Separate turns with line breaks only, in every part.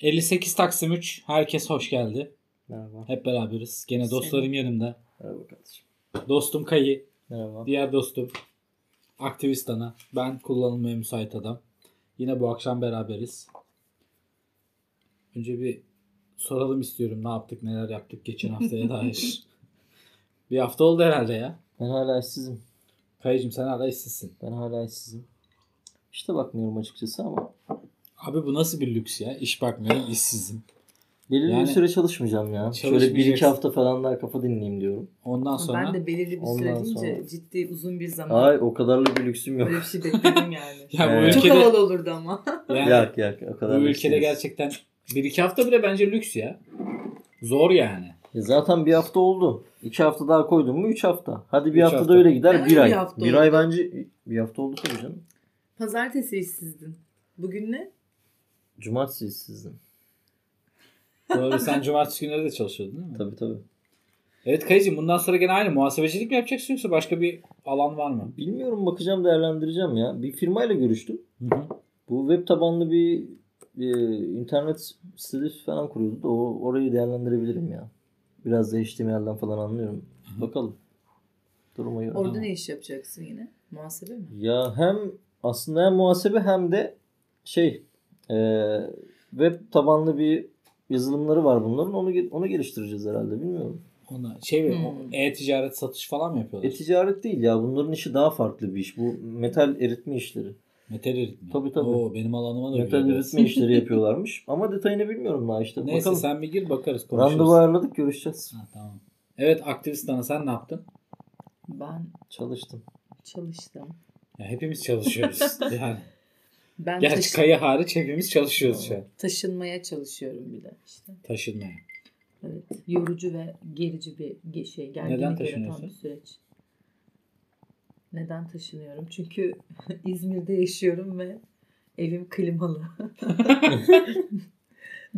58 Taksim 3. Herkes hoş geldi.
Merhaba.
Hep beraberiz. Gene
Selam.
dostlarım yanımda.
Merhaba kardeşim.
Dostum Kayı.
Merhaba.
Diğer dostum. Aktivist ana. Ben kullanılmaya müsait adam. Yine bu akşam beraberiz. Önce bir soralım istiyorum. Ne yaptık, neler yaptık geçen haftaya dair. bir hafta oldu herhalde ya.
Ben hala işsizim.
Kayıcım sen hala işsizsin.
Ben hala işsizim. İşte bakmıyorum açıkçası ama
Abi bu nasıl bir lüks ya? İş bakmıyorum, işsizim.
belirli
Yani-
bir süre çalışmayacağım ya. Şöyle bir iki
Çalışmayacaksın.
hafta falan daha kafa dinleyeyim diyorum.
Ondan sonra
Ben de belirli bir süre
Ondan
deyince
sonra-
ciddi uzun bir zaman
Ay o kadarla bir lüksüm yok.
böyle bir şey bekledim yani.
ya bu
Evet.
Çok
ülkede
havalı olurdu ama.
yani-
Yak yak o kadar.
Bu ülkede
lüksümüz.
gerçekten bir iki hafta bile bence lüks ya. Zor yani.
Ya zaten bir hafta oldu. İki hafta daha koydum mu üç hafta. Hadi bir
Üç
hafta,
hafta.
da öyle gider
Hemen
bir
bir
ay.
hafta
bir
oldu.
ay bence bir hafta oldu tabii canım.
Pazartesi işsizdin. Bugün ne?
Cumartesi işsizdim.
Doğru sen cumartesi günleri de çalışıyordun değil mi?
Tabii tabii.
Evet Kayıcığım bundan sonra gene aynı muhasebecilik mi yapacaksın yoksa başka bir alan var mı?
Bilmiyorum bakacağım değerlendireceğim ya. Bir firmayla görüştüm.
Hı hı.
Bu web tabanlı bir e, internet sitesi falan kuruyordu da o orayı değerlendirebilirim ya. Biraz da HTML'den falan anlıyorum.
Hı.
Bakalım. Duruma göre.
Orada
Aa.
ne iş yapacaksın yine? Muhasebe mi?
Ya hem aslında hem muhasebe hem de şey e, web tabanlı bir yazılımları var bunların. Onu ge- onu geliştireceğiz herhalde bilmiyorum.
Ona şey mi?
Hmm.
o E-ticaret satış falan mı yapıyorlar?
E-ticaret değil ya. Bunların işi daha farklı bir iş. Bu metal eritme işleri.
Metal eritme.
Tabii, tabii.
Oo, benim alanıma da
Metal
giriyor.
eritme işleri yapıyorlarmış. Ama detayını bilmiyorum daha işte.
Neyse
Bakalım.
sen bir gir bakarız konuşuruz.
Randevu ayarladık görüşeceğiz.
Ha, tamam. Evet aktivist ana sen ne yaptın?
Ben
Çalıştım.
çalıştım.
Ya hepimiz çalışıyoruz. yani.
Ben
Gerçi
taşı-
kayı hariç hepimiz çalışıyoruz şu an.
taşınmaya çalışıyorum bir de işte.
Taşınmaya.
Evet. Yorucu ve gerici bir ge- şey. Gerginlik yaratan
taşınıyorsun?
bir süreç. Neden taşınıyorum? Çünkü İzmir'de yaşıyorum ve evim klimalı.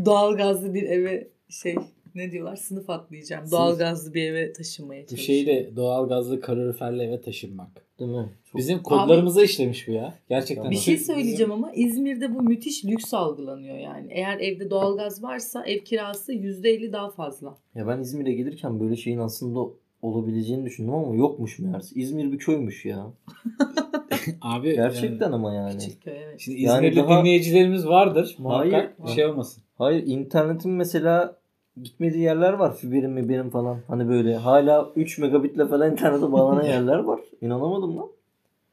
Doğalgazlı bir eve şey ne diyorlar sınıf atlayacağım.
Sınıf. şey
Doğalgazlı bir eve taşınmaya
Bu
çalışıyorum.
şeyle doğalgazlı kaloriferli eve taşınmak.
Değil mi? Çok
Bizim kodlarımıza işlemiş bu ya. Gerçekten.
Bir
Tamam.
şey söyleyeceğim ama İzmir'de bu müthiş lüks algılanıyor yani. Eğer evde doğalgaz varsa ev kirası %50 daha fazla.
Ya ben İzmir'e gelirken böyle şeyin aslında olabileceğini düşündüm ama yokmuş meğerse. İzmir bir köymüş ya.
Abi
Gerçekten
yani-
ama yani.
Küçük köy evet.
şimdi
Yani
İzmirli
daha-
dinleyicilerimiz vardır. Muhakkak
Hayır.
şey olmasın.
Hayır internetin mesela gitmediği yerler var. Fiberim mi benim falan. Hani böyle hala 3 megabitle falan internete bağlanan yerler var. İnanamadım lan.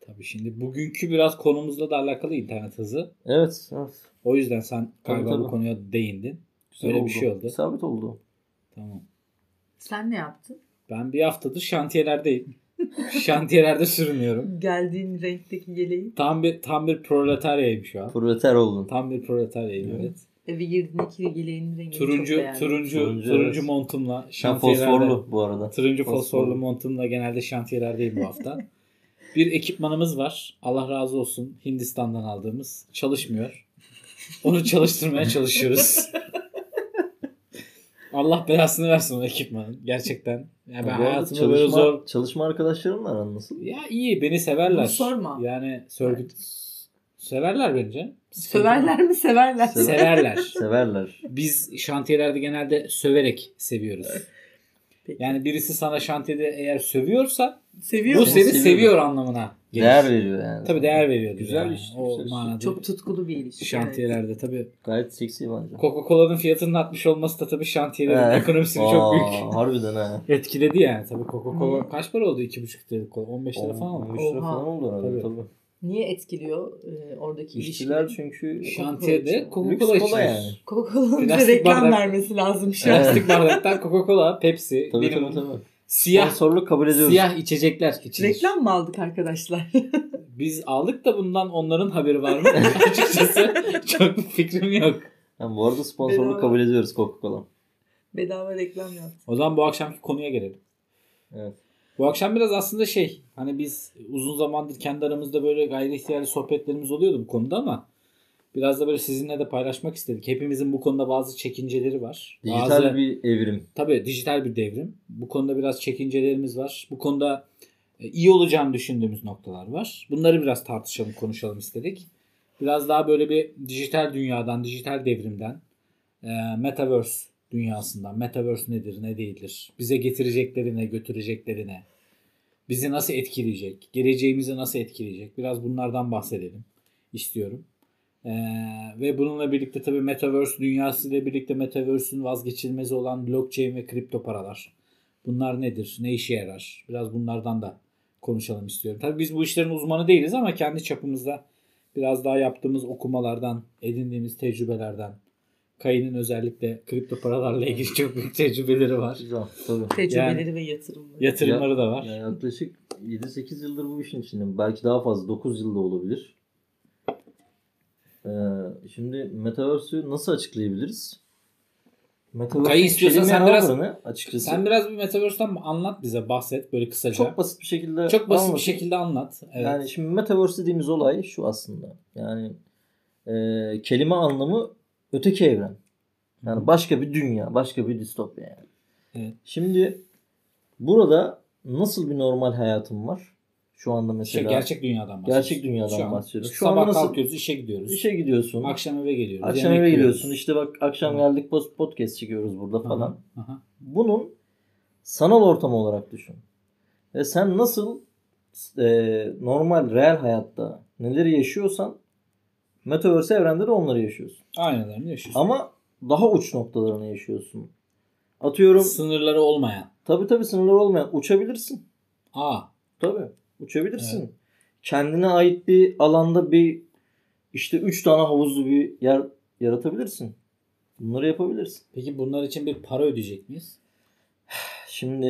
Tabii şimdi bugünkü biraz konumuzla da alakalı internet hızı.
Evet. evet.
O yüzden sen
Tabii,
galiba bu
tabii.
konuya değindin.
Güzel
Öyle bir şey oldu.
Sabit oldu.
Tamam.
Sen ne yaptın?
Ben bir haftadır şantiyelerdeyim. Şantiyelerde sürünüyorum.
Geldiğin renkteki yeleği
Tam bir tam bir proletaryayım şu an.
Proleter oldun.
Tam bir proletaryayım
Evet.
evet.
eve girdiğin iki yeleğin rengini çok
Turuncu
beğendim.
turuncu
Turuncu,
turuncu
evet.
montumla
Ben
şantiyelerde.
fosforlu bu arada.
Turuncu
Fosforlu.
fosforlu montumla genelde şantiyelerdeyim bu hafta. bir ekipmanımız var. Allah razı olsun. Hindistan'dan aldığımız. Çalışmıyor. Onu çalıştırmaya çalışıyoruz. Allah belasını versin o ekipmanın. Gerçekten. Yani ben
Bu arada
hayatımda böyle
çalışma,
zor...
çalışma arkadaşlarımla aran nasıl?
Ya iyi beni severler.
Bunu sorma.
Yani sövdük. Severler bence. Sıkıntı yok.
Söverler mi severler?
Sever-
Severler.
Severler.
Biz şantiyelerde genelde söverek seviyoruz.
Peki.
Yani birisi sana şantiyede eğer sövüyorsa
Seviyor
Bu
musun?
seni
Seviyorum.
seviyor anlamına gelir.
Değer veriyor yani.
Tabii değer veriyor.
Güzel
yani.
iş,
O
güzel iş.
manada.
Çok tutkulu bir ilişki.
şantiyelerde tabii.
Gayet seksi bence.
Coca-Cola'nın fiyatının artmış olması da tabii şantiyelerin
Evet.
ekonomisini
Aa,
çok büyük
Harbiden ha.
etkiledi yani. Tabii Coca-Cola
Hı.
kaç para oldu 2,5 litrelik kola? 15 lira falan
On- on
olmuş.
üç lira
Hmm. Oha.
falan oldu
Tabii.
herhalde tabii.
Niye etkiliyor e, oradaki
İşçiler
ilişkiler?
çünkü
şey Şantiyede
lüks
Coca-Cola
kola
içiyor.
yani.
Coca-Cola'nın bize
Plastik
reklam
bardak-
vermesi lazım şu an.
Evet.
Plastik bardaktan Coca-Cola, Pepsi,
Tabii
benim
tabii tabii.
siyah
Sponsorluk kabul ediyoruz.
siyah içecekler içilir.
Reklam mı aldık arkadaşlar?
Biz aldık da bundan onların haberi var mı? Açıkçası çok bir fikrim yok.
Yani bu arada
Bedava.
sponsorluk kabul ediyoruz Coca-Cola.
Bedava reklam yaptık.
O zaman bu akşamki konuya gelelim.
Evet.
Bu akşam biraz aslında şey hani biz uzun zamandır kendi aramızda böyle gayri ihtiyarlı sohbetlerimiz oluyordu bu konuda ama biraz da böyle sizinle de paylaşmak istedik. Hepimizin bu konuda bazı çekinceleri var.
Dijital
bazı,
bir evrim.
Tabii dijital bir devrim. Bu konuda biraz çekincelerimiz var. Bu konuda e, iyi olacağını düşündüğümüz noktalar var. Bunları biraz tartışalım, konuşalım istedik. Biraz daha böyle bir dijital dünyadan, dijital devrimden e, Metaverse dünyasından. Metaverse nedir, ne değildir? Bize getireceklerine, götüreceklerine. Bizi nasıl etkileyecek? Geleceğimizi nasıl etkileyecek? Biraz bunlardan bahsedelim istiyorum. E, ve bununla birlikte tabii Metaverse dünyası ile birlikte Metaverse'ün vazgeçilmezi olan blockchain ve kripto paralar. Bunlar nedir? Ne işe yarar? Biraz bunlardan da konuşalım istiyorum. Tabii biz bu işlerin uzmanı değiliz ama kendi çapımızda biraz daha yaptığımız okumalardan, edindiğimiz tecrübelerden, Kayı'nın özellikle kripto paralarla ilgili çok büyük tecrübeleri var.
Güzel. Tabii.
Tecrübeleri ve yatırımları.
Yatırımları da
Ya
var.
yaklaşık 7-8 yıldır bu işin içindeyim. Belki daha fazla 9 yılda olabilir. Ee, şimdi Metaverse'ü nasıl açıklayabiliriz? Metaverse'ün
Kayı istiyorsan
içeriği
sen
ne
biraz-
olduğunu açıkçası
Sen biraz bir Metaverse'den anlat bize, bahset böyle kısaca.
çok basit bir şekilde
Çok basit bir
anlatayım.
şekilde anlat. Evet. Şey,
Yani şimdi Metaverse dediğimiz olay şu aslında. Yani e, kelime anlamı öteki evren. Yani başka bir dünya, başka bir distopya yani.
Evet.
Şimdi burada nasıl bir normal hayatım var? Şu anda
şey,
mesela
gerçek dünyadan bahsediyoruz.
Gerçek dünyadan
Şu an.
bahsediyoruz. Şu
Sabah
anda nasıl-
kalkıyoruz, işe gidiyoruz.
işe gidiyorsun.
Akşam eve geliyoruz.
akşam
yemek
eve
yiyoruz.
geliyorsun. İşte bak akşam
Hı.
geldik post- podcast çekiyoruz burada
Aha,
falan.
aha.
Bunun sanal ortamı olarak düşün. Ve sen nasıl e, normal, real hayatta neleri yaşıyorsan Metaverse evrende de onları yaşıyorsun.
Aynen öyle yaşıyorsun.
Ama daha uç noktalarını yaşıyorsun. Atıyorum
Sınırları olmayan.
tabi tabi sınırlar olmayan uçabilirsin.
Aa,
Tabi uçabilirsin. Kendine ait bir alanda bir işte 3 tane havuzlu bir yer yaratabilirsin. Bunları yapabilirsin.
peki bunlar için bir para ödeyecek miyiz?
Şimdi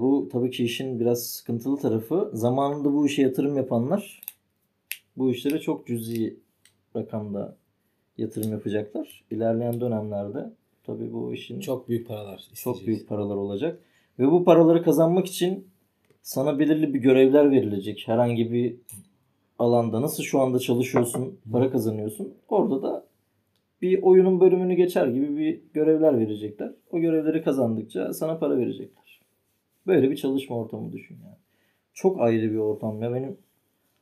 bu tabii ki işin biraz sıkıntılı tarafı. Zamanında bu işe yatırım yapanlar bu işlere çok cüzi rakamda yatırım yapacaklar. İlerleyen dönemlerde tabii bu işin çok,
Çok büyük paralar isteyeceğiz.
çok büyük paralar olacak. Ve bu paraları kazanmak için sana belirli bir görevler verilecek. Herhangi bir alanda nasıl şu anda çalışıyorsun, para kazanıyorsun. Orada da bir oyunun bölümünü geçer gibi bir görevler verecekler. O görevleri kazandıkça sana para verecekler. Böyle bir çalışma ortamı düşün yani. Çok ayrı bir ortam ya benim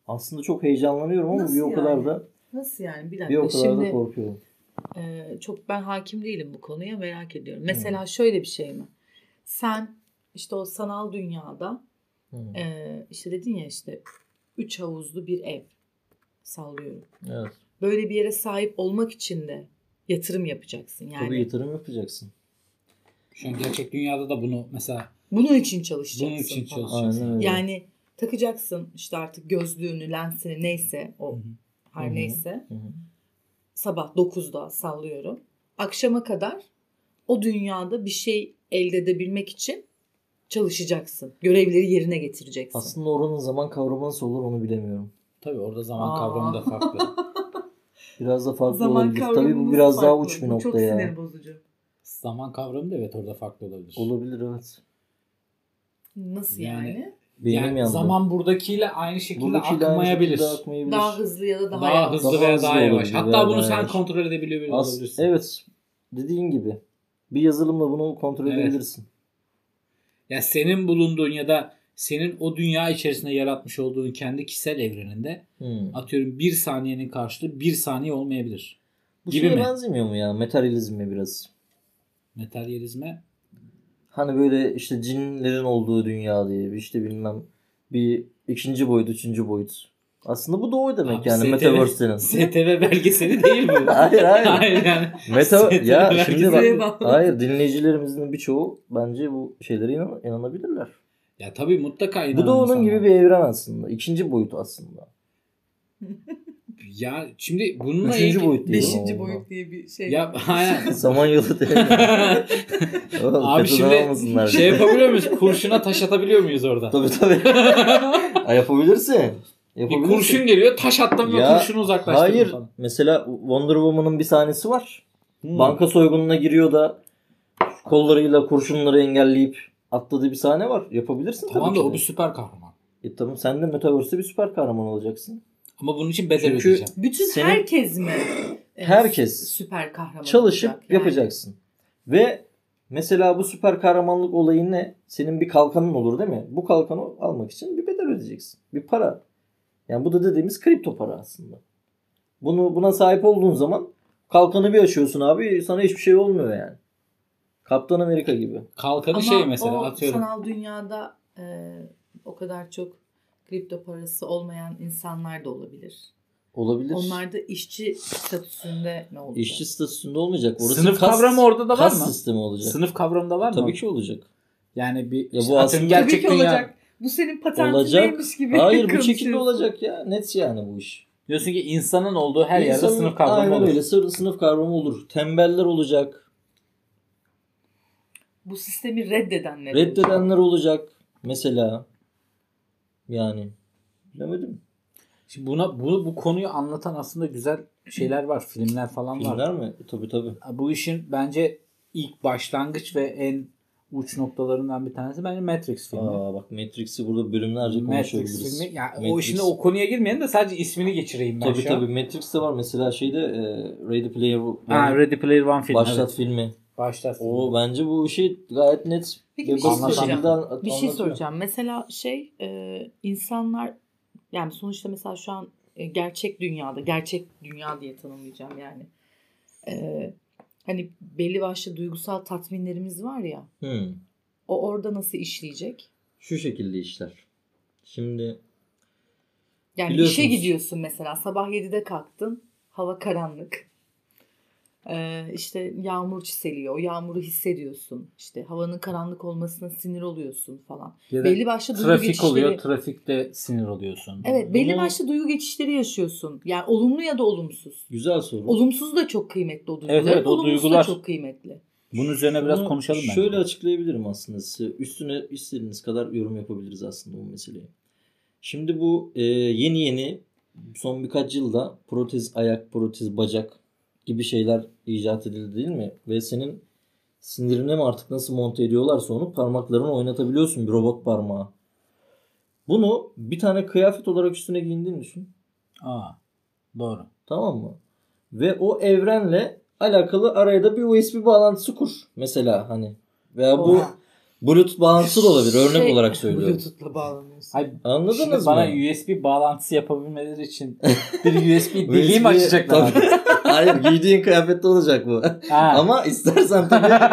aslında çok heyecanlanıyorum ama
Nasıl
bir o kadar
yani?
da
Nasıl yani? Bir
bir o
dakika.
kadar da
Şimdi
korkuyorum.
Ee, çok ben hakim değilim bu konuya merak ediyorum. Mesela şöyle bir şey mi? Sen işte o sanal dünyada e, işte dedin ya işte üç havuzlu bir ev sallıyorum.
Evet.
Böyle bir yere sahip olmak için de yatırım yapacaksın yani.
Tabii yatırım yapacaksın.
Şu an gerçek dünyada da bunu mesela
Bunun için çalışacaksın.
bunun için
falan.
çalışıyoruz.
Aynen öyle.
Yani takacaksın işte artık gözlüğünü, lensini neyse
Hı
o
hı.
her
Hı hı.
neyse
Hı hı.
sabah 9'da sallıyorum. Akşama kadar o dünyada bir şey elde edebilmek için çalışacaksın. Görevleri yerine getireceksin.
Aslında oranın zaman kavramı nasıl olur onu bilemiyorum.
Tabii orada zaman
Aa.
kavramı da farklı.
Biraz da farklı
Zaman
olabilir.
kavramı
Tabii bu
nasıl
biraz daha
farklı?
uç bir
Bu
nokta
Çok
ya.
sinir bozucu.
zaman kavramı da evet orada farklı olabilir.
Olabilir evet.
Nasıl
Yani-
yani?
Beynim
yani
yandı.
zaman buradakiyle aynı şekilde
Buradaki de aynı
akmayabilir.
şekilde akmayabilir.
Daha hızlı ya da daha,
daha,
yavaş.
hızlı
Daha
veya
hızlı
daha yavaş.
olabilir
Hatta
veya
bunu
daha
sen
yavaş.
kontrol edebiliyor bile
As-
olabilirsin.
evet. Dediğin gibi. Bir yazılımla bunu kontrol
Evet.
edebilirsin.
Ya senin bulunduğun ya da senin o dünya içerisinde yaratmış olduğun kendi kişisel evreninde
Hmm.
atıyorum bir saniyenin karşılığı bir saniye olmayabilir.
Bu
gibi
şeye
mi?
benzemiyor mu ya? Materyalizme biraz.
Materyalizme
Hani böyle işte cinlerin olduğu dünya diye bir işte bilmem bir ikinci boyut, üçüncü boyut. Aslında bu da o demek
Abi
yani
STV
Metaverse denen.
STV belgeseli değil mi? bu?
Hayır hayır.
Hayır yani.
Meta
STV
ya şimdi
belgeseliye
bak
bağlı.
hayır dinleyicilerimizin birçoğu bence bu şeylere inan- inanabilirler.
Ya tabii mutlaka
Bu
inanan
da onun
insanlar.
gibi bir evren aslında. İkinci boyut aslında.
Ya şimdi bununla
Üçüncü
ilgili-
boyut diyelim.
Beşin-
Beşinci
Allah.
boyut diye bir şey.
Ya aynen.
Samanyolu denen. Oğlum,
Abi
FETÖ'den almasınlar.
şimdi şey yapabiliyor muyuz? Kurşuna taş atabiliyor muyuz orada?
Tabii tabii. Ha, yapabilirsin.
bir
Yapabilirsin.
kurşun geliyor taş attım ve
Ya,
kurşunu uzaklaştırdım
Hayır.
falan.
Mesela Wonder Woman'ın bir sahnesi var.
Hmm.
Banka soygununa giriyor da kollarıyla kurşunları engelleyip atladığı bir sahne var. Yapabilirsin
Tamam
tabii
da
ki.
o
de.
bir süper kahraman.
E tamam sen de Metaverse'de bir süper kahraman olacaksın.
Ama bunun için bedel
Çünkü-
ödeyeceğim.
Bütün
Senin-
herkes mi? e,
Herkes.
Süper kahraman
Çalışıp
olacak yani?
yapacaksın. Ve mesela bu süper kahramanlık olayı ne? Senin bir kalkanın olur değil mi? Bu kalkanı almak için bir bedel ödeyeceksin. Bir para. Yani bu da dediğimiz kripto para aslında. Bunu buna sahip olduğun zaman Kalkanı bir açıyorsun abi sana hiçbir şey olmuyor yani. Kaptan Amerika gibi.
Kalkanı
Ama
şey mesela
o
atıyorum.
sanal dünyada e, o kadar çok kripto parası olmayan insanlar da olabilir.
Olabilir.
Onlar da işçi statüsünde ne olacak?
İşçi statüsünde olmayacak. Orası
Sınıf
kast-
kavramı orada da var
kast
mı?
sistemi olacak.
Sınıf kavramı da var mı?
Tabii ki olacak.
Yani bir
Ya
işte
bu
atıyorum
aslında-
gerçek
Tabii ki
dünya.
olacak. Bu senin
Olacak.
patentindeymiş gibi.
Hayır bu şekilde
konuşuyorsun.
olacak ya. Net yani bu iş.
Diyorsun ki insanın olduğu her yerde
İnsanın-
sınıf kavramı
aynen
olur.
öyle. Sır- Sınıf kavramı olur. Tembeller olacak.
Bu sistemi reddedenler. olacak.
Reddedenler olacak. Mesela yani bilemedim.
Şimdi buna bu, bu konuyu anlatan aslında güzel şeyler var. Filmler falan var.
Filmler mi? Tabii tabii.
Bu işin bence ilk başlangıç ve en uç noktalarından bir tanesi bence Matrix filmi.
Aa bak Matrix'i burada bölümlerce
Matrix
konuşabiliriz.
filmi. Yani o
Matrix.
şimdi o konuya girmeyelim de sadece ismini geçireyim ben
Tabii
şu
tabii
an.
Matrix de var mesela şeyde e, Ready Player One,
Ha, Ready Player One filmi.
Başlat
evet.
filmi.
Başlat. filmi.
O bence bu işi gayet net
Peki, bir
şey
basit
soracağım.
şekilde an-
Bir şey
anlatıyor.
soracağım. Mesela şey e, insanlar yani sonuçta mesela şu an e, gerçek dünyada gerçek dünya diye tanımlayacağım yani. E, hani belli başlı duygusal tatminlerimiz var ya
Hmm.
o orada nasıl işleyecek?
Şu şekilde işler. Şimdi
Yani
Biliyorsunuz.
işe gidiyorsun mesela sabah 7'de kalktın hava karanlık. E, işte yağmur çiseliyor. O yağmuru hissediyorsun. İşte havanın karanlık olmasına sinir oluyorsun falan.
Ya da
Belli başlı duygu
trafik
geçişleri.
oluyor. Trafikte sinir oluyorsun.
Evet belli
Bunu-
başlı duygu geçişleri yaşıyorsun. Yani olumlu ya da olumsuz.
güzel soru.
Olumsuz da çok kıymetli o duygular.
Evet, evet, o
olumsuz
duygular-
da çok kıymetli.
Bunun üzerine biraz
Bunu
konuşalım bence.
Şöyle açıklayabilirim aslında size. Üstüne istediğiniz kadar yorum yapabiliriz aslında bu meseleye. Şimdi bu e, yeni yeni son birkaç yılda protez ayak, protez bacak gibi şeyler icat edildi değil mi? Ve senin sinirine mi artık nasıl monte ediyorlarsa onu parmaklarını oynatabiliyorsun bir robot parmağı. Bunu bir tane kıyafet olarak üstüne giyindiğini düşün.
Aa, doğru.
Tamam mı? Ve o evrenle alakalı araya da bir USB bağlantısı kur. Mesela hani veya bu
Oha.
Bluetooth bağlantısı da olabilir. Örnek
Şey,
olarak söylüyorum.
Bluetooth'la bağlanıyorsun.
Hayır,
Anladınız
Şimdi
mı?
bana USB bağlantısı yapabilmeleri için bir USB
USB
deliği mi açacaklar?
Tabii. Hayır giydiğin kıyafette olacak bu.
Ha.
Ama istersen tabii.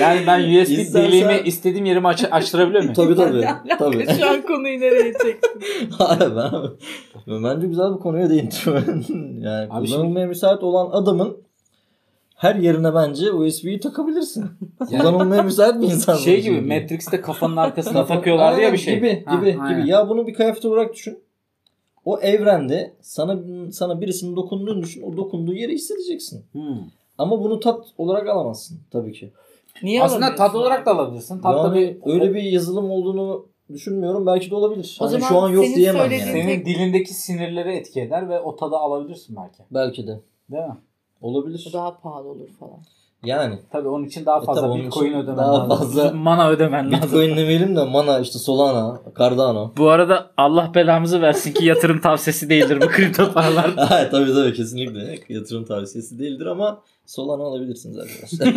yani ben USB
İstersen-
deliğimi istediğim yerime aç açtırabiliyor muyum?
tabii tabii. tabii.
Şu an konuyu nereye çektin?
Hayır, ben, ben bence güzel bir konuya değindim. yani
Abi
kullanılmaya müsait olan adamın her yerine bence USB'yi takabilirsin. Kullanılmaya müsait bir insan.
şey
bu
gibi
çünkü.
Matrix'te kafanın arkasına
Kafa-
takıyorlardı ya
Aynen,
bir şey.
Gibi
Ha,
gibi
aynen.
gibi. Ya bunu bir kıyafet olarak düşün. O evrende sana sana birisinin dokunduğunu düşün. O dokunduğu yeri hissedeceksin.
Hmm.
Ama bunu tat olarak alamazsın tabii ki.
Niye
Aslında tat
alamıyorsun
olarak
abi?
da alabilirsin. Tat da
Yani
bir
öyle bir yazılım olduğunu düşünmüyorum. Belki de olabilir.
O
Hani
zaman
şu an şey yok
senin
diyemem
söylediğin-
yani.
senin dilindeki sinirleri etki eder ve o tadı alabilirsin belki.
Belki de
Değil mi?
olabilir.
Bu daha pahalı olur falan.
Yani
Tabii onun için daha
E
fazla
tabii onun
Bitcoin
için
ödemen
daha
lazım.
fazla-
Mana ödemen lazım.
Bitcoin demeyelim de Mana işte Solana, Cardano.
Bu arada Allah belamızı versin ki yatırım tavsiyesi değildir bu kripto paralar.
Ha, tabii tabii kesinlikle yatırım tavsiyesi değildir ama Solana alabilirsiniz arkadaşlar.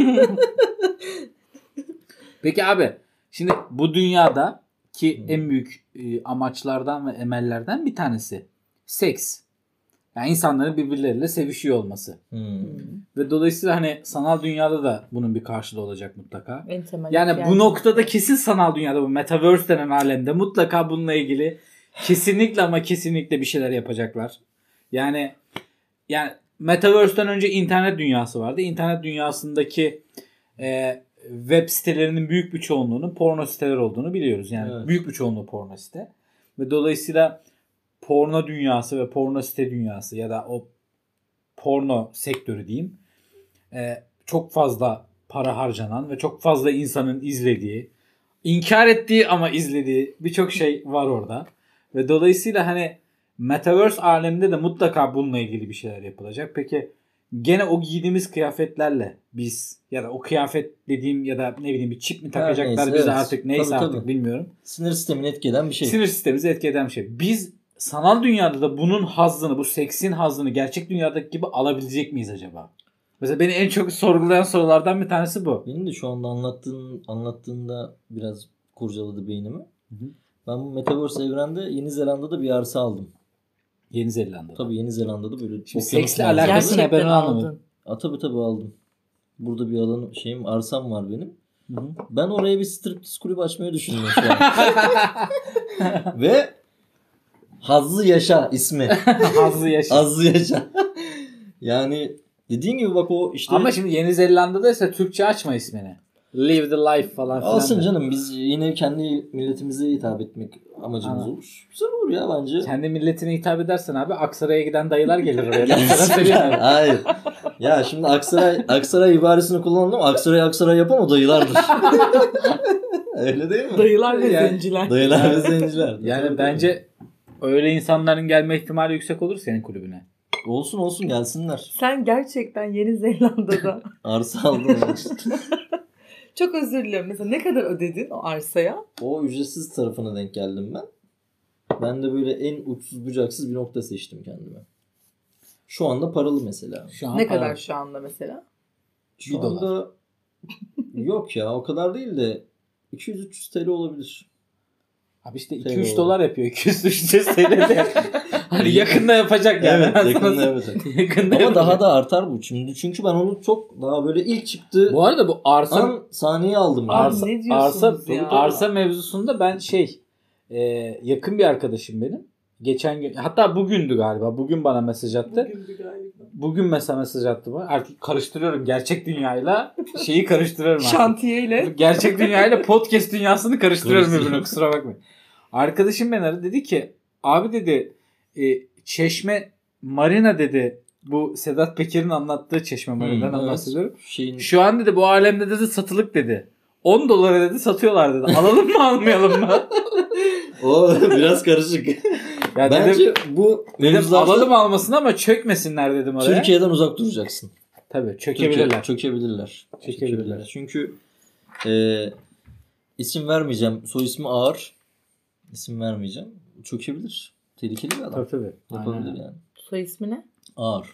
Peki abi şimdi bu dünyada ki
Hı.
en büyük e, amaçlardan ve emellerden bir tanesi seks. Yani insanların birbirleriyle sevişiyor olması.
Hmm.
Ve dolayısıyla hani sanal dünyada da bunun bir karşılığı olacak mutlaka.
En temel
Yani bu
ihtiyaç.
noktada kesin sanal dünyada bu metaverse denen alemde mutlaka bununla ilgili kesinlikle ama kesinlikle bir şeyler yapacaklar. Yani yani metaverse'den önce internet dünyası vardı. İnternet dünyasındaki e, web sitelerinin büyük bir çoğunluğunun porno siteler olduğunu biliyoruz. Yani
Evet.
büyük bir çoğunluğu porno site. Ve dolayısıyla porno dünyası ve porno site dünyası ya da o porno sektörü diyeyim e, çok fazla para harcanan ve çok fazla insanın izlediği, inkar ettiği ama izlediği birçok şey var orada. Ve dolayısıyla hani Metaverse aleminde de mutlaka bununla ilgili bir şeyler yapılacak. Peki gene o giydiğimiz kıyafetlerle biz ya da o kıyafet dediğim ya da ne bileyim bir çip mi takacaklar
neyse,
bize
evet.
artık neyse
Tabii,
artık
tabii.
bilmiyorum.
Sinir sistemini etkileyen bir şey.
Sinir sistemimizi etki eden bir şey. Biz sanal dünyada da bunun hazzını, bu seksin hazzını gerçek dünyadaki gibi alabilecek miyiz acaba? Mesela beni en çok sorgulayan sorulardan bir tanesi bu.
Benim de şu anda anlattığın anlattığında biraz kurcaladı beynimi.
Hı hı.
Ben bu Metaverse evrende Yeni Zelanda'da bir arsa aldım.
Yeni Zelanda'da.
Tabii Yeni Zelanda'da böyle.
Şimdi
okyanus
seksle
manzarası.
alakası- ne, ben
Gerçekten
onu anlamadım.
aldın.
Aa, tabii tabii aldım. Burada bir alanım şeyim arsam var benim.
Hı hı.
Ben oraya bir striptiz kulübü açmayı düşünüyorum şu an. Ve Hazzı Yaşa ismi.
Hazzı yaşa.
Hazzı Yaşa. yani dediğin gibi bak o işte
Ama şimdi Yeni Zelanda'da ise Türkçe açma ismini. Live the life falan filan.
alsın
de.
canım biz yine kendi milletimize hitap etmek amacımız
Aynen.
olur. Güzel olur ya bence.
Kendi milletine hitap edersen abi Aksaray'a giden dayılar gelir oraya. Laflara seviyor abi.
Hayır. Ya şimdi Aksaray Aksaray ibaresini kullandım. Aksaray Aksaray yapan o dayılardır. Öyle değil mi?
Dayılar ve
Yani-
zenciler.
Dayılar ve zenciler.
Yani bence öyle insanların gelme ihtimali yüksek olur senin kulübüne.
Olsun olsun gelsinler.
Sen gerçekten Yeni Zelanda'da
Arsa aldım. ben işte.
çok özür dilerim. Mesela ne kadar ödedin o arsaya?
o ücretsiz tarafına denk geldim ben. Ben de böyle en uçsuz bucaksız bir nokta seçtim kendime. Şu anda paralı mesela.
Şu an
ne
para-
kadar şu anda mesela?
Şu
Bir dolar.
anda yok ya o kadar değil de 200-300 TL olabilir.
Abi işte
Şey
2-3
oldu.
dolar yapıyor. 200 300 senede. hani yakında yapacak yani.
Evet, yakında yapacak.
yakında
Ama
yapacak.
daha da artar bu şimdi. Çünkü ben onu çok daha böyle ilk çıktığı
Bu arada bu arsa
an saniye aldım.
Abi
Yani.
arsa
ne diyorsunuz
arsa
ya?
arsa mevzusunda ben şey e, yakın bir arkadaşım benim. Geçen gün hatta bugündü galiba. Bugün bana mesaj attı. Bugün mesela mesaj attı bana. Artık karıştırıyorum gerçek dünyayla şeyi karıştırıyorum artık.
Şantiyeyle.
Gerçek dünyayla podcast dünyasını karıştırıyorum
Karıştırıyorum.
birbirine kusura bakmayın. Arkadaşım beni aradı dedi ki abi dedi e, Çeşme Marina dedi bu Sedat Peker'in anlattığı Çeşme Marina'dan
Hmm, evet.
Hmm. bahsediyorum.
Şeyin
Şu an dedi bu alemde dedi satılık dedi. 10 dolara dedi satıyorlar dedi. Alalım mı almayalım mı?
o biraz karışık.
Ya dedim,
Bence bu
dedim
mevzularda
alalım almasın ama çökmesinler dedim oraya.
Türkiye'den uzak duracaksın.
Tabii
Çökebilirler.
çökebilirler.
Çökebilirler.
Çökebilirler.
Çünkü e, isim vermeyeceğim. Soy ismi ağır. İsim vermeyeceğim. Çökebilir. Tehlikeli bir adam.
Tabii tabii.
Yapabilir
Aynen.
yani.
Soy ismi ne?
Ağır.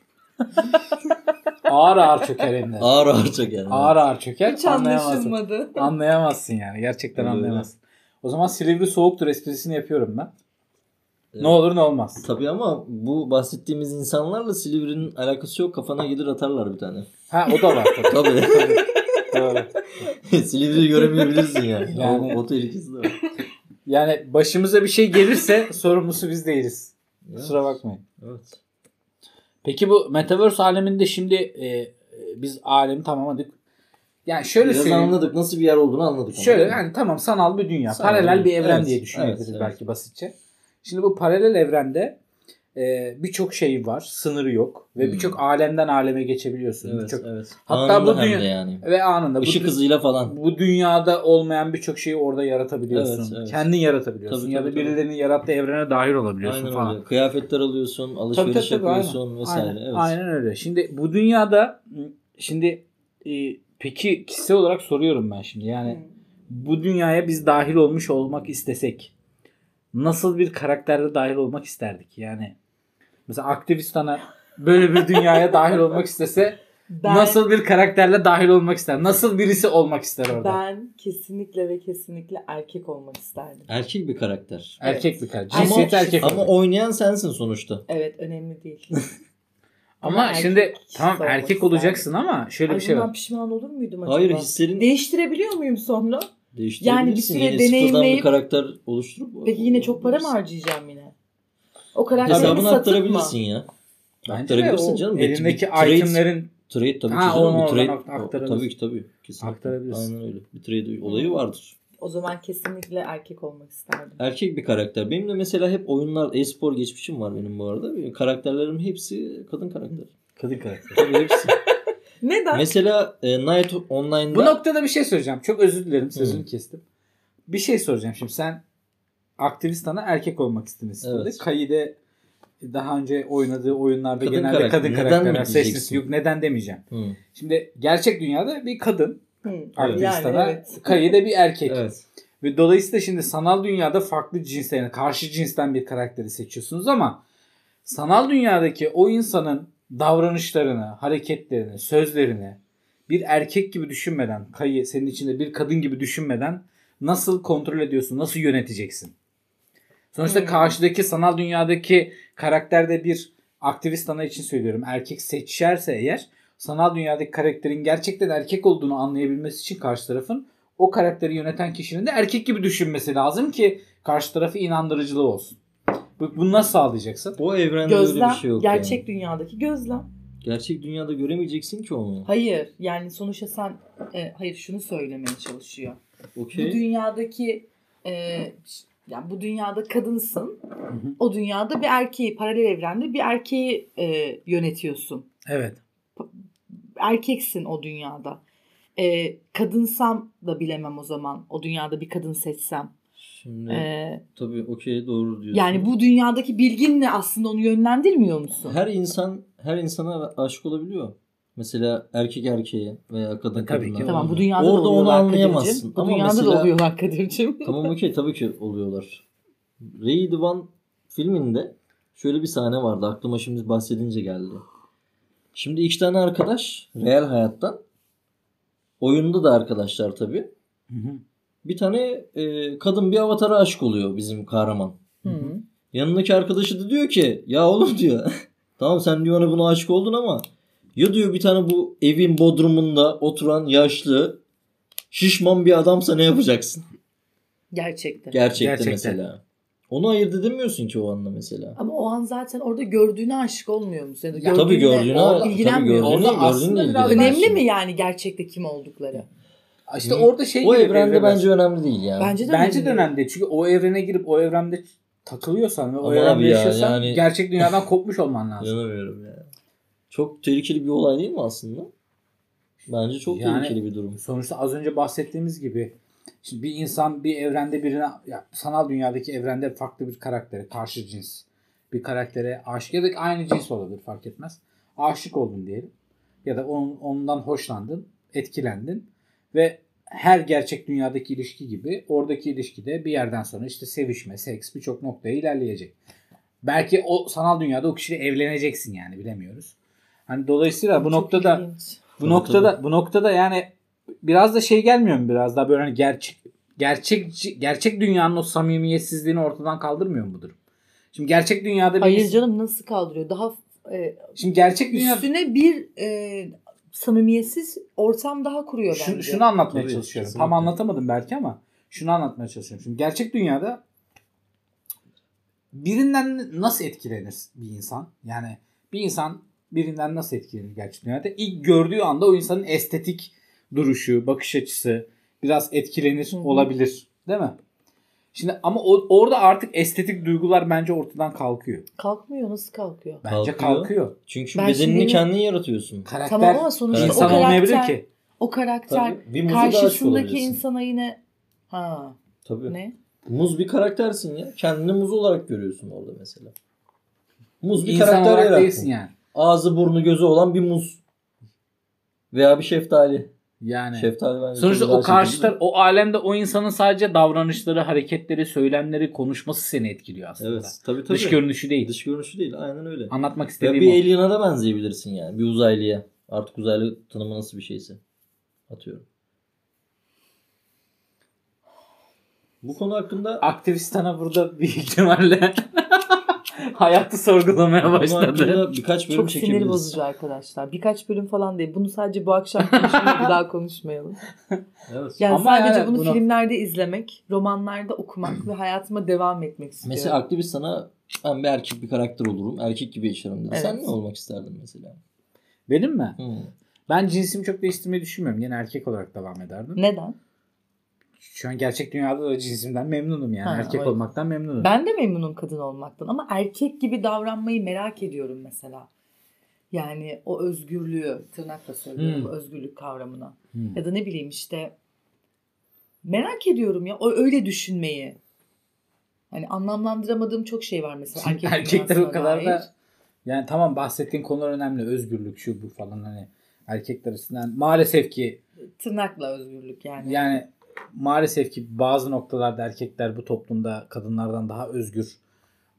Ağır ağır çöker hem de.
Ağır ağır çöker.
Ağır ağır çöker.
Hiç
anlayamazsın.
anlaşılmadı.
Anlayamazsın yani. Gerçekten
Öyle öyle.
anlayamazsın. O zaman Silivri soğuktur esprisini yapıyorum ben.
Evet.
Ne olur ne olmaz.
Tabii ama bu bahsettiğimiz insanlarla Silivri'nin alakası yok. Kafana gelir atarlar bir tane.
Ha o da var tabii.
Tabii.
Doğru.
Silivri'yi göremeyebilirsin yani.
Yani-
O, o tehlikesi de var.
Yani başımıza bir şey gelirse sorumlusu biz değiliz. Kusura bakmayın.
Evet.
Peki bu Metaverse aleminde şimdi e, e, biz alemi tamamladık. Yani şöyle
Biraz
söyleyeyim.
anladık. Nasıl bir yer olduğunu anladık. ama.
Şöyle yani tamam sanal bir dünya.
Sanal
paralel bir
bir-
evren
evet,
diye düşünebiliriz
evet, evet.
belki basitçe. Şimdi bu paralel evrende e, birçok şey var. Sınırı yok. Ve
Hmm.
birçok alemden aleme geçebiliyorsun.
Evet,
Birçok
evet.
Hatta
Anında
bu
hem
dünya-
de yani.
Ve anında. Bu,
Işık hızıyla falan.
bu dünyada olmayan birçok şeyi orada yaratabiliyorsun.
Evet, evet.
Kendin yaratabiliyorsun.
Tabii,
ya da
tabii, tabii.
birilerinin yarattığı evrene dahil olabiliyorsun
Aynen
falan.
öyle. Kıyafetler alıyorsun,
Tabii,
alışveriş
tabii, tabii,
yapıyorsun vesaire.
Aynen,
evet.
aynen öyle. Şimdi bu dünyada şimdi e, peki kişisel olarak soruyorum ben şimdi. Yani
Hmm.
bu dünyaya biz dahil olmuş olmak istesek nasıl bir karakterde dahil olmak isterdik? Yani mesela aktivistan'a böyle bir dünyaya dahil olmak istese
Ben,
nasıl bir karakterle dahil olmak ister? Nasıl birisi olmak ister orada?
Ben kesinlikle ve kesinlikle erkek olmak isterdim.
Erkek bir karakter.
Erkek bir karakter.
Ama-
Cinsiyeti erkek.
Ama
olacak.
oynayan sensin sonuçta.
Evet önemli değil.
ama
erkek
şimdi
kişisi
tamam
olmak
erkek
isterdim.
olacaksın ama şöyle
Ay
bir şey
bundan
var.
pişman olur muydum acaba?
Hayır hislerin
Değiştirebiliyor muyum sonra?
değiştirebilirsin.
Yani bir süre
Yine sıfırdan bir
deneyimleyip-
karakter oluşturup.
Peki yine çok para mı harcayacağım yine? O karakteri
Hesabını
satıp mı?
aktarabilirsin ya.
Bence de
aktarabilirsin
o
canım. Bir-
Elindeki
bir trade-
itemlerin
Trade tabii ki.
Ha,
canım.
onu
Bir
oradan
trade,
aktarabilirsin.
tabii ki tabii. Kesinlikle.
Aktarabilirsin.
Aynen öyle. Bir trade olayı vardır.
O zaman kesinlikle erkek olmak isterdim.
Erkek bir karakter. Benim de mesela hep oyunlar, e-spor geçmişim var benim bu arada. Benim karakterlerim hepsi kadın karakter.
kadın karakteri.
Tabii hepsi.
Neden?
mesela e, Night Online'da
Bu noktada bir şey söyleyeceğim. Çok özür dilerim sözünü kestim. Bir şey soracağım şimdi sen aktivistana erkek olmak istemişsin.
Evet.
Evet. Kayide daha önce oynadığı oyunlarda
Kadın
genelde
karakter.
kadın
Neden
karakterler
mi
seçtisi
diyeceksin?
yok. Neden demeyeceğim.
Hı.
Şimdi gerçek dünyada bir kadın
Hı.
aktivistana
Yani evet.
kayıda bir erkek.
Evet.
Ve dolayısıyla şimdi sanal dünyada farklı cinsten, yani karşı cinsten bir karakteri seçiyorsunuz ama sanal dünyadaki o insanın davranışlarını, hareketlerini, sözlerini bir erkek gibi düşünmeden, kayı senin içinde bir kadın gibi düşünmeden nasıl kontrol ediyorsun, nasıl yöneteceksin? Sonuçta
Hmm.
karşıdaki sanal dünyadaki karakterde bir aktivist ana için söylüyorum. Erkek seçerse eğer sanal dünyadaki karakterin gerçekten erkek olduğunu anlayabilmesi için karşı tarafın o karakteri yöneten kişinin de erkek gibi düşünmesi lazım ki karşı tarafı inandırıcılığı olsun. Bu- Bunu nasıl sağlayacaksın?
O evrende öyle
Gözlem,
bir şey yok
gerçek
yani.
dünyadaki gözlem.
Gerçek dünyada göremeyeceksin ki onu.
Hayır yani sonuçta sen e, hayır şunu söylemeye çalışıyor. Bu
Okey.
dünyadaki e, ş- yani bu dünyada kadınsın.
hı.
O dünyada bir erkeği paralel evrende bir erkeği e, yönetiyorsun.
Evet.
Erkeksin o dünyada. E, kadınsam da bilemem o zaman. O dünyada bir kadın seçsem.
Şimdi
E,
tabii okey doğru diyorsun.
yani bu dünyadaki bilginle aslında onu yönlendirmiyor musun?
her insan her insana aşık olabiliyor. Mesela erkek erkeğe veya kadın
E, Tabii
kadına.
ki.
Tamam bu dünyada
Orada
da
onu
oluyorlar
anlayamazsın.
Kadir'cim. Bu
Ama
dünyada da
mesela-
oluyorlar Kadir'cim.
Tamam okey tabii ki oluyorlar. Ray Divan filminde şöyle bir sahne vardı. Aklıma şimdi bahsedince geldi. Şimdi iki tane arkadaş real hayattan oyunda da arkadaşlar tabii. Bir tane e, kadın bir avatara aşık oluyor bizim kahraman.
Hı.
Yanındaki arkadaşı da diyor ki ya oğlum diyor. tamam sen diyor ona buna aşık oldun ama ya diyor bir tane bu evin bodrumunda oturan yaşlı şişman bir adamsa ne yapacaksın?
Gerçekten.
Gerçekte
Gerçekten.
mesela. Onu ayırt edemiyorsun ki o anda mesela.
Ama o an zaten orada gördüğüne aşık olmuyor musun? Ya da
Ya tabii gördüğüne-
orada
tabii
ilgilenmiyor
gördüğüne-
musun?
Orada aslında
gördüğünü
biraz
ilgili.
Önemli
Aşık.
mi yani gerçekte kim oldukları?
İşte orada şey
o
gibi
evrende
devre
bence önemli değil yani.
Bence de
Bence de
önemli.
önemli. Çünkü o evrene girip o evrende takılıyorsan ve o
Ama
evrende
abi ya,
yaşıyorsan
yani-
gerçek dünyadan kopmuş olman lazım.
İnanamıyorum ya. Çok tehlikeli bir olay değil mi aslında? Bence çok
Yani-
tehlikeli bir durum.
Sonuçta az önce bahsettiğimiz gibi şimdi bir insan bir evrende birine ya sanal dünyadaki evrende farklı bir karaktere karşı cins bir karaktere aşık ya da aynı cins olabilir fark etmez. Aşık oldun diyelim ya da on, ondan hoşlandın, etkilendin ve her gerçek dünyadaki ilişki gibi oradaki ilişkide bir yerden sonra işte sevişme, seks birçok noktaya ilerleyecek. Belki o sanal dünyada o kişiyle evleneceksin yani bilemiyoruz. Hani dolayısıyla bu
Çok
noktada
ilginç.
bu
Tabii,
noktada bu noktada yani biraz da şey gelmiyor mu biraz daha böyle hani gerçek gerçek gerçek dünyanın o samimiyetsizliğini ortadan kaldırmıyor mu bu durum? Şimdi gerçek dünyada bir
Hayır canım nasıl kaldırıyor? Daha e,
şimdi gerçek dünya
üstüne bir e, samimiyetsiz ortam daha kuruyor
Şu-
bence.
şunu anlatmaya
Tabii,
çalışıyorum. Tam
kesinlikle.
anlatamadım belki ama şunu anlatmaya çalışıyorum. Şimdi gerçek dünyada birinden nasıl etkilenir bir insan? Yani bir insan birinden nasıl etkilenir gerçek dünyada? İlk gördüğü anda o insanın estetik duruşu, bakış açısı biraz etkilenir
Hı hı.
olabilir. Değil mi? Şimdi ama o- orada artık estetik duygular bence ortadan kalkıyor.
Kalkmıyor nasıl kalkıyor?
Bence kalkıyor.
Kalkıyor. Çünkü
Ben
bedenini
şimdi-
kendin yaratıyorsun.
Karakter
Tamam ama sonuçta
insan
o karakter,
olmayabilir ki.
o karakter
Tabii, bir muza da aşık
karşısındaki
olabilirsin.
insana yine ha
Tabii.
ne?
Muz bir karaktersin ya. Kendini muz olarak görüyorsun orada mesela. Muz bir
İnsan
karakter
olarak
yarattın.
değilsin yani.
Ağzı burnu gözü olan bir muz. Veya bir şeftali.
Yani.
Şeftali bence
Sonuçta
çok daha
o karşı
çekici.
tar- o alemde o insanın sadece davranışları, hareketleri, söylemleri, konuşması seni etkiliyor aslında.
Evet tabii tabii.
Dış görünüşü değil.
Dış görünüşü değil aynen öyle.
Anlatmak
Ya
istediğim
bir
o.
alien'a da benzeyebilirsin yani. Bir uzaylıya. Artık uzaylı tanımı nasıl bir şeyse. Atıyorum. Bu konu hakkında
Aktivist ana burada bir ihtimalle hayatı sorgulamaya
bu konu
başladı.
hakkında birkaç bölüm
Çok sinir
çekebiliriz.
bozucu arkadaşlar. Birkaç bölüm falan değil. Bunu sadece bu akşam konuşmayalım, bir daha konuşmayalım.
Evet.
Yani
Ama
sadece
yani
bunu,
bunu-
filmlerde izlemek, romanlarda okumak ve hayatıma devam etmek istiyorum.
Mesela aktivist sana ben bir erkek bir karakter olurum. Erkek gibi yaşarım dedi. Sen
Evet.
ne olmak isterdin mesela?
Benim mi?
Hmm.
Ben cinsimi çok değiştirmeyi düşünmüyorum. Yine erkek olarak devam ederdim.
neden?
Şu an gerçek dünyada da cinsimden memnunum yani.
Ha,
erkek
öyle.
olmaktan memnunum.
Ben de memnunum kadın olmaktan ama erkek gibi davranmayı merak ediyorum mesela. Yani o özgürlüğü tırnakla söylüyorum
Hmm.
o özgürlük kavramına.
Hmm.
Ya da ne bileyim işte merak ediyorum ya o öyle düşünmeyi. Hani anlamlandıramadığım çok şey var mesela
Şimdi
erkek
erkekler o
dünyasına
kadar
dair.
da yani tamam bahsettiğin konular önemli. Özgürlük şu bu falan hani erkekler açısından maalesef ki
tırnakla özgürlük yani.
Yani maalesef ki bazı noktalarda erkekler bu toplumda kadınlardan daha özgür.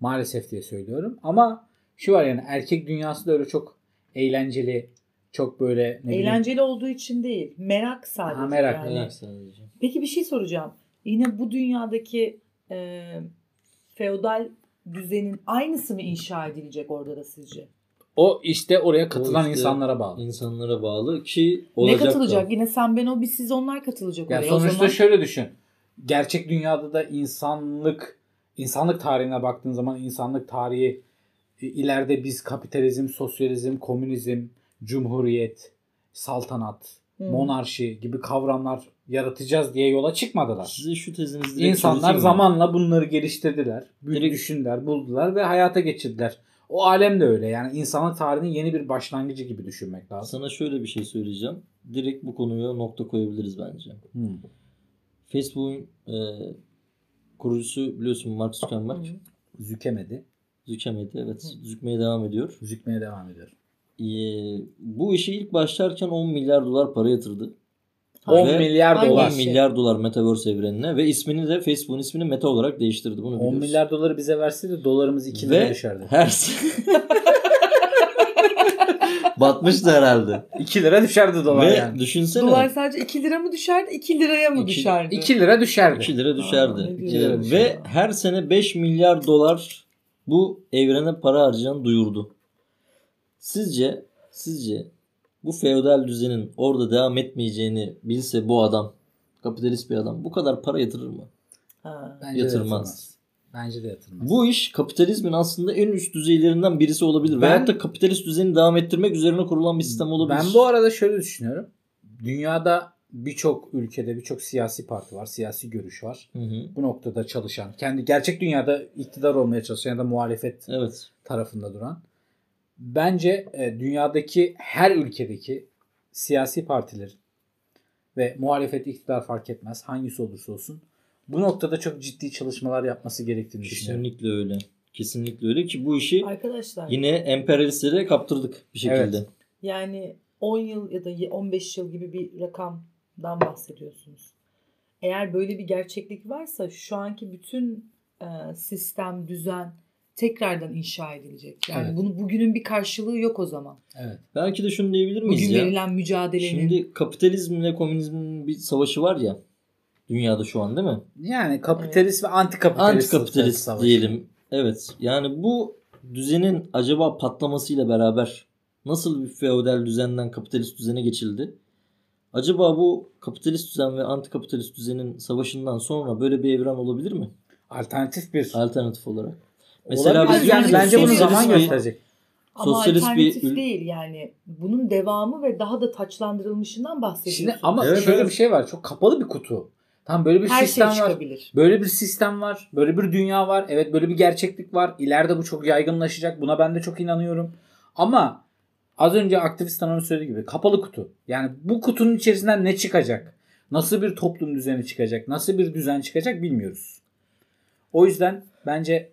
Maalesef diye söylüyorum. Ama şu var yani erkek dünyası da öyle çok eğlenceli, çok böyle ne bileyim.
Eğlenceli olduğu için değil. Merak sadece.
Ha, merak,
yani.
Merak sadece.
Peki bir şey soracağım. Yine bu dünyadaki e, feodal düzenin aynısı mı inşa edilecek orada da sizce?
O işte oraya katılan
O işte-
insanlara bağlı.
İnsanlara bağlı ki olacak
ne
da. şey
katılacak? Yine sen ben o biz siz onlar katılacak
Yani
oraya.
sonuçta
o zaman
şöyle düşün. Gerçek dünyada da insanlık insanlık tarihine baktığın zaman insanlık tarihi e, ileride biz kapitalizm, sosyalizm, komünizm, cumhuriyet, saltanat,
Hı.
monarşi gibi kavramlar yaratacağız diye yola çıkmadılar.
Size şu tezinizi direkt
İnsanlar
çözeyim mi?
zamanla bunları geliştirdiler,
Direkt-
düşündüler, buldular ve hayata geçirdiler. O alem de öyle. Yani insanlık tarihinin yeni bir başlangıcı gibi düşünmek lazım.
Sana şöyle bir şey söyleyeceğim. Direkt bu konuya nokta koyabiliriz bence.
Hmm.
Facebook'un e, kurucusu biliyorsun Mark Zuckerberg.
Hı.
Zükemedi.
Zükemedi. Evet. Zükmeye devam ediyor.
Zükmeye devam ediyor.
E, bu işe ilk başlarken 10 milyar dolar para yatırdı.
10
Ve-
milyar
Hangi-
10
dolar.
şey.
milyar dolar Metaverse evrenine ve ismini de Facebook'un ismini Meta olarak değiştirdi. Bunu
10
biliyorsun.
milyar doları bize verseydi dolarımız 2
Ve-
lira düşerdi.
Her se- Batmıştı herhalde.
2 lira düşerdi dolar
Ve
yani.
düşünsene.
Dolar sadece 2 lira mı düşerdi? 2 liraya mı
İki-
düşerdi?
2 lira düşerdi.
2 lira düşerdi.
Aa, ne
Ee,
diyorsun?
ve her sene 5 milyar dolar bu evrene para harcayan duyurdu. Sizce sizce bu feodal düzenin orada devam etmeyeceğini bilse bu adam kapitalist bir adam bu kadar para yatırır mı?
Ha.
Bence de
Yatırmaz.
Bence de yatırmaz.
Bu iş kapitalizmin aslında en üst düzeylerinden birisi olabilir.
Ben-
Veyahut da kapitalist düzeni devam ettirmek üzerine kurulan bir sistem olabilir.
Ben bu arada şöyle düşünüyorum. Dünyada birçok ülkede birçok siyasi parti var, siyasi görüş var.
Hı hı.
bu noktada çalışan, kendi gerçek dünyada iktidar olmaya çalışan ya da muhalefet
Evet.
tarafında duran. Bence e, dünyadaki her ülkedeki siyasi partiler ve muhalefet iktidar fark etmez hangisi olursa olsun bu noktada çok ciddi çalışmalar yapması gerektiğini düşünüyorum.
Kesinlikle öyle. Kesinlikle öyle ki bu işi
Arkadaşlar
yine emperyalistlere kaptırdık bir şekilde.
Evet.
yani 10 yıl ya da ye- 15 yıl gibi bir rakamdan bahsediyorsunuz. Eğer böyle bir gerçeklik varsa şu anki bütün e, sistem, düzen tekrardan inşa edilecek. Yani
Evet.
bunu bugünün bir karşılığı yok o zaman.
Evet.
Belki de şunu diyebilir miyiz
Bugün
ya?
verilen mücadelenin.
Şimdi kapitalizmle komünizmin bir savaşı var ya dünyada şu an değil mi?
Yani kapitalist ve antikapitalist
Antikapitalist
savaşı.
diyelim. Evet. Yani bu düzenin acaba patlamasıyla beraber nasıl bir feodal düzenden kapitalist düzene geçildi? Acaba bu kapitalist düzen ve antikapitalist düzenin savaşından sonra böyle bir evren olabilir mi?
Alternatif bir
Alternatif olarak.
Mesela
Mesela
Olabilir.
biz-
yani
biz
bence bunu
sosyalist
zaman
bir-
gösterecek.
Ama
Sosyalist bir
alternatif
ül-
değil yani. Bunun devamı ve daha da taçlandırılmışından bahsediyorsunuz.
Şimdi ama
Evet,
şöyle
evet.
bir şey var. Çok kapalı bir kutu. Tam böyle bir
Her şey
sistem var.
çıkabilir.
Böyle bir sistem var. Böyle bir dünya var. Evet böyle bir gerçeklik var. İleride bu çok yaygınlaşacak. Buna ben de çok inanıyorum. Ama az önce aktivist hanımın söylediği gibi kapalı kutu. Yani bu kutunun içerisinden ne çıkacak? Nasıl bir toplum düzeni çıkacak? Nasıl bir düzen çıkacak bilmiyoruz. O yüzden bence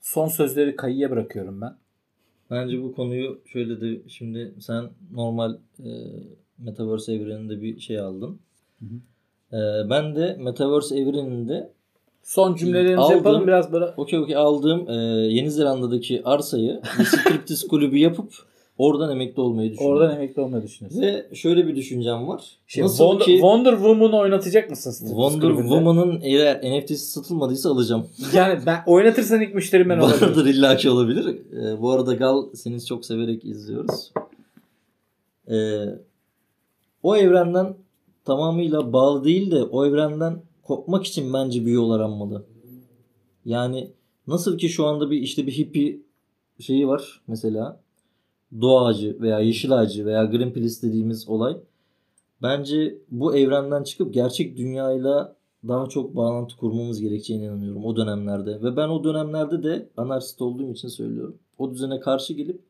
son sözleri kayıya bırakıyorum ben.
Bence bu konuyu şöyle de şimdi sen normal e, Metaverse evreninde bir şey aldın.
Hı
E, ben de Metaverse evreninde
Son cümlelerimizi
Aldım.
yapalım biraz böyle.
okey okey aldığım e, Yeni Zelanda'daki arsayı bir striptiz kulübü yapıp oradan emekli olmayı düşünüyorum.
Oradan emekli olmayı düşünüyorsun.
Ve şöyle bir düşüncem var.
Şey,
Nasıl
Wonder,
ki
Wonder Woman oynatacak mısın? Striptease
Wonder
kulübünde?
Woman'ın eğer NFT'si satılmadıysa alacağım.
Yani ben oynatırsan ilk müşterim ben olurum.
Vardır illaki olabilir. E, bu arada Gal seni çok severek izliyoruz. E, o evrenden tamamıyla bağlı değil de o evrenden kopmak için bence bir yol aranmalı. Yani nasıl ki şu anda bir işte bir hippie şeyi var mesela. Doğacı veya yeşil ağacı veya Greenpeace dediğimiz olay. Bence bu evrenden çıkıp gerçek dünyayla daha çok bağlantı kurmamız gerekeceğine inanıyorum o dönemlerde. Ve ben o dönemlerde de anarşist olduğum için söylüyorum. O düzene karşı gelip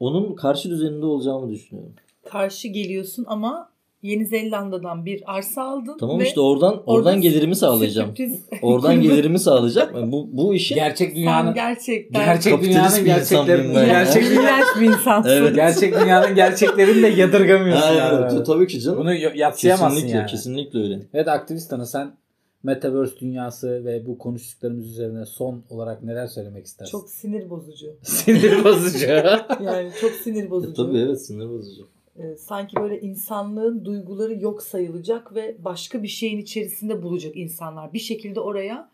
onun karşı düzeninde olacağımı düşünüyorum.
Karşı geliyorsun ama Yeni Zelanda'dan bir arsa aldın
Tamam
ve
işte oradan oradan
Orada
gelirimi sağlayacağım.
sürpriz-
Oradan
kulübü-
gelirimi sağlayacağım. Yani bu bu işi
Gerçek
Sen
dünyanın
gerçekten
gerçek
Kapitalist
dünyanın
bir insan
gerçeklerini
mıyım ben ya?
gerçek dünya
iğrenç bir insansın.
Evet.
gerçek dünyanın gerçeklerini de yadırgamıyorsun.
Ha,
yani.
evet, tabii ki canım.
Bunu y- yatsıyamazsın
kesinlikle
yani.
kesinlikle öyle. E,
Evet aktivist hanım sen Metaverse dünyası ve bu konuştuklarımız üzerine son olarak neler söylemek istersin?
Çok sinir bozucu.
sinir bozucu.
Yani çok sinir bozucu.
E, tabii evet sinir bozucu.
Ee, sanki böyle insanlığın duyguları yok sayılacak ve başka bir şeyin içerisinde bulacak insanlar. Bir şekilde oraya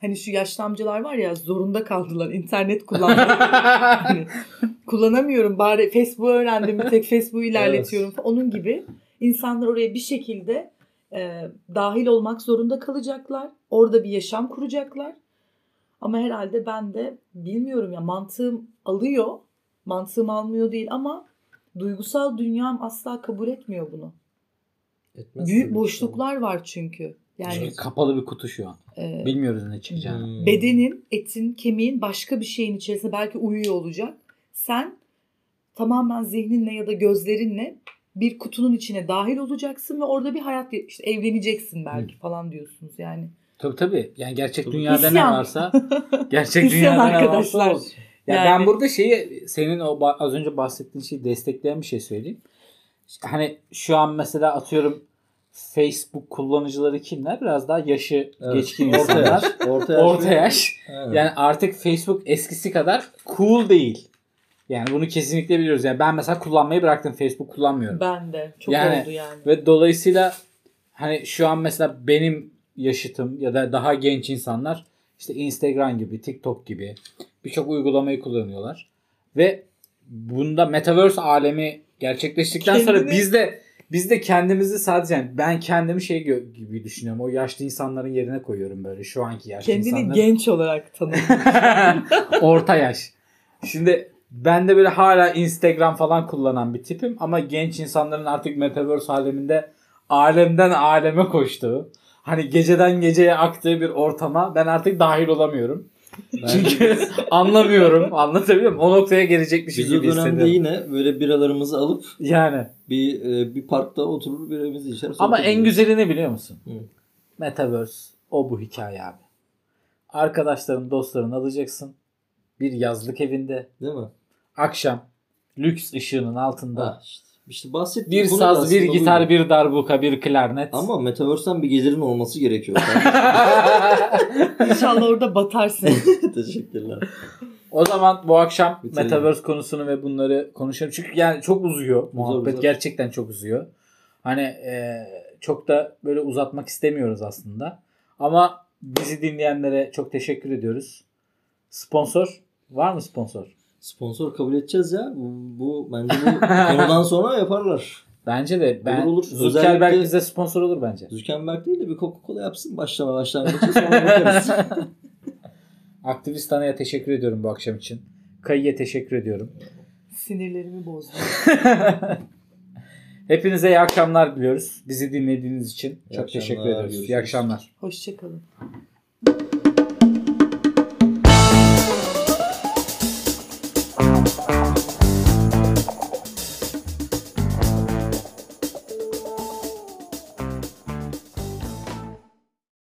hani şu yaşlı amcalar var ya zorunda kaldılar internet kullanmak. hani, kullanamıyorum bari Facebook öğrendim bir tek Facebook ilerletiyorum. falan. Onun gibi insanlar oraya bir şekilde e, dahil olmak zorunda kalacaklar. Orada bir yaşam kuracaklar. Ama herhalde ben de bilmiyorum ya mantığım alıyor. Mantığım almıyor değil ama duygusal dünyam asla kabul etmiyor bunu.
Etmez
Büyük
tabii.
boşluklar var çünkü. Yani
Şey, kapalı bir kutu şu an.
e,
Bilmiyoruz ne çıkacağını.
Hmm.
bedenin, etin, kemiğin başka bir şeyin içerisinde belki uyuyor olacak. Sen tamamen zihninle ya da gözlerinle bir kutunun içine dahil olacaksın ve orada bir hayat işte evleneceksin belki falan diyorsunuz yani.
Tabii tabii. Yani gerçek
Tabii.
dünyada
İsyan.
ne varsa gerçek
İsyan
dünyada ne
arkadaşlar.
varsa olsun. Ya
Yani-
ben burada şeyi senin o ba- az önce bahsettiğin şeyi destekleyen bir şey söyleyeyim. İşte hani şu an mesela atıyorum Facebook kullanıcıları kimler? Biraz daha yaşı
Evet.
geçkin
Orta
insanlar.
yaş. Orta yaş.
Orta yaş.
Evet.
Yani artık Facebook eskisi kadar cool değil. Yani bunu kesinlikle biliyoruz. Yani ben mesela kullanmayı bıraktım. Facebook kullanmıyorum.
Ben de çok
Yani-
oldu yani.
Ve dolayısıyla hani şu an mesela benim yaşıtım ya da daha genç insanlar işte Instagram gibi, TikTok gibi birçok uygulamayı kullanıyorlar. Ve bunda metaverse alemi gerçekleştikten sonra
Kendini-
biz de biz de kendimizi sadece yani ben kendimi şey gö- gibi düşünüyorum. O yaşlı insanların yerine koyuyorum böyle şu anki yaşlı
Kendini
insanları.
genç olarak tanımlıyor.
Orta yaş. Şimdi ben de böyle hala Instagram falan kullanan bir tipim ama genç insanların artık metaverse aleminde alemden aleme koştuğu, hani geceden geceye aktığı bir ortama ben artık dahil olamıyorum. Çünkü anlamıyorum. Anlatabiliyor muyum? O noktaya gelecekmişim
Biz o
gibi
dönemde
hissediyorum.
yine böyle biralarımızı alıp
Yani
bir e, bir parkta oturur birimizi içer. sohbet
ama en
ederiz.
güzelini biliyor musun?
Hı.
Metaverse o bu hikaye abi. Arkadaşların, dostların alacaksın. Bir yazlık evinde
değil mi?
akşam lüks ışığının altında
Ha, işte, işte bahsettiğim
bir
konu
saz,
aslında
bir gitar,
buydu.
bir darbuka, bir klarnet.
Ama Metaverse'den bir gelirin olması gerekiyor.
İnşallah orada batarsın.
Teşekkürler.
o zaman bu akşam
Bitirelim.
metaverse konusunu ve bunları konuşalım. Çünkü yani çok uzuyor muhabbet.
uzar.
Gerçekten çok uzuyor. Hani e, çok da böyle uzatmak istemiyoruz aslında. Ama bizi dinleyenlere çok teşekkür ediyoruz. Sponsor var mı sponsor?
Sponsor kabul edeceğiz ya. Bu, bu bence bu konudan sonra yaparlar.
Bence de ben
Olur, olur.
Zuckerberg
Özellikle-
bize sponsor olur bence.
Zuckerberg değil de bir Coca-Cola yapsın başlama başlangıcı sonra bakarız.
Aktivist Ana'ya teşekkür ediyorum bu akşam için. Kayı'ya teşekkür ediyorum.
Sinirlerimi bozdu.
Hepinize iyi akşamlar diliyoruz. Bizi dinlediğiniz için
İyi
çok
akşamlar,
teşekkür ediyoruz. İyi
görüşürüz.
akşamlar.
Hoşçakalın.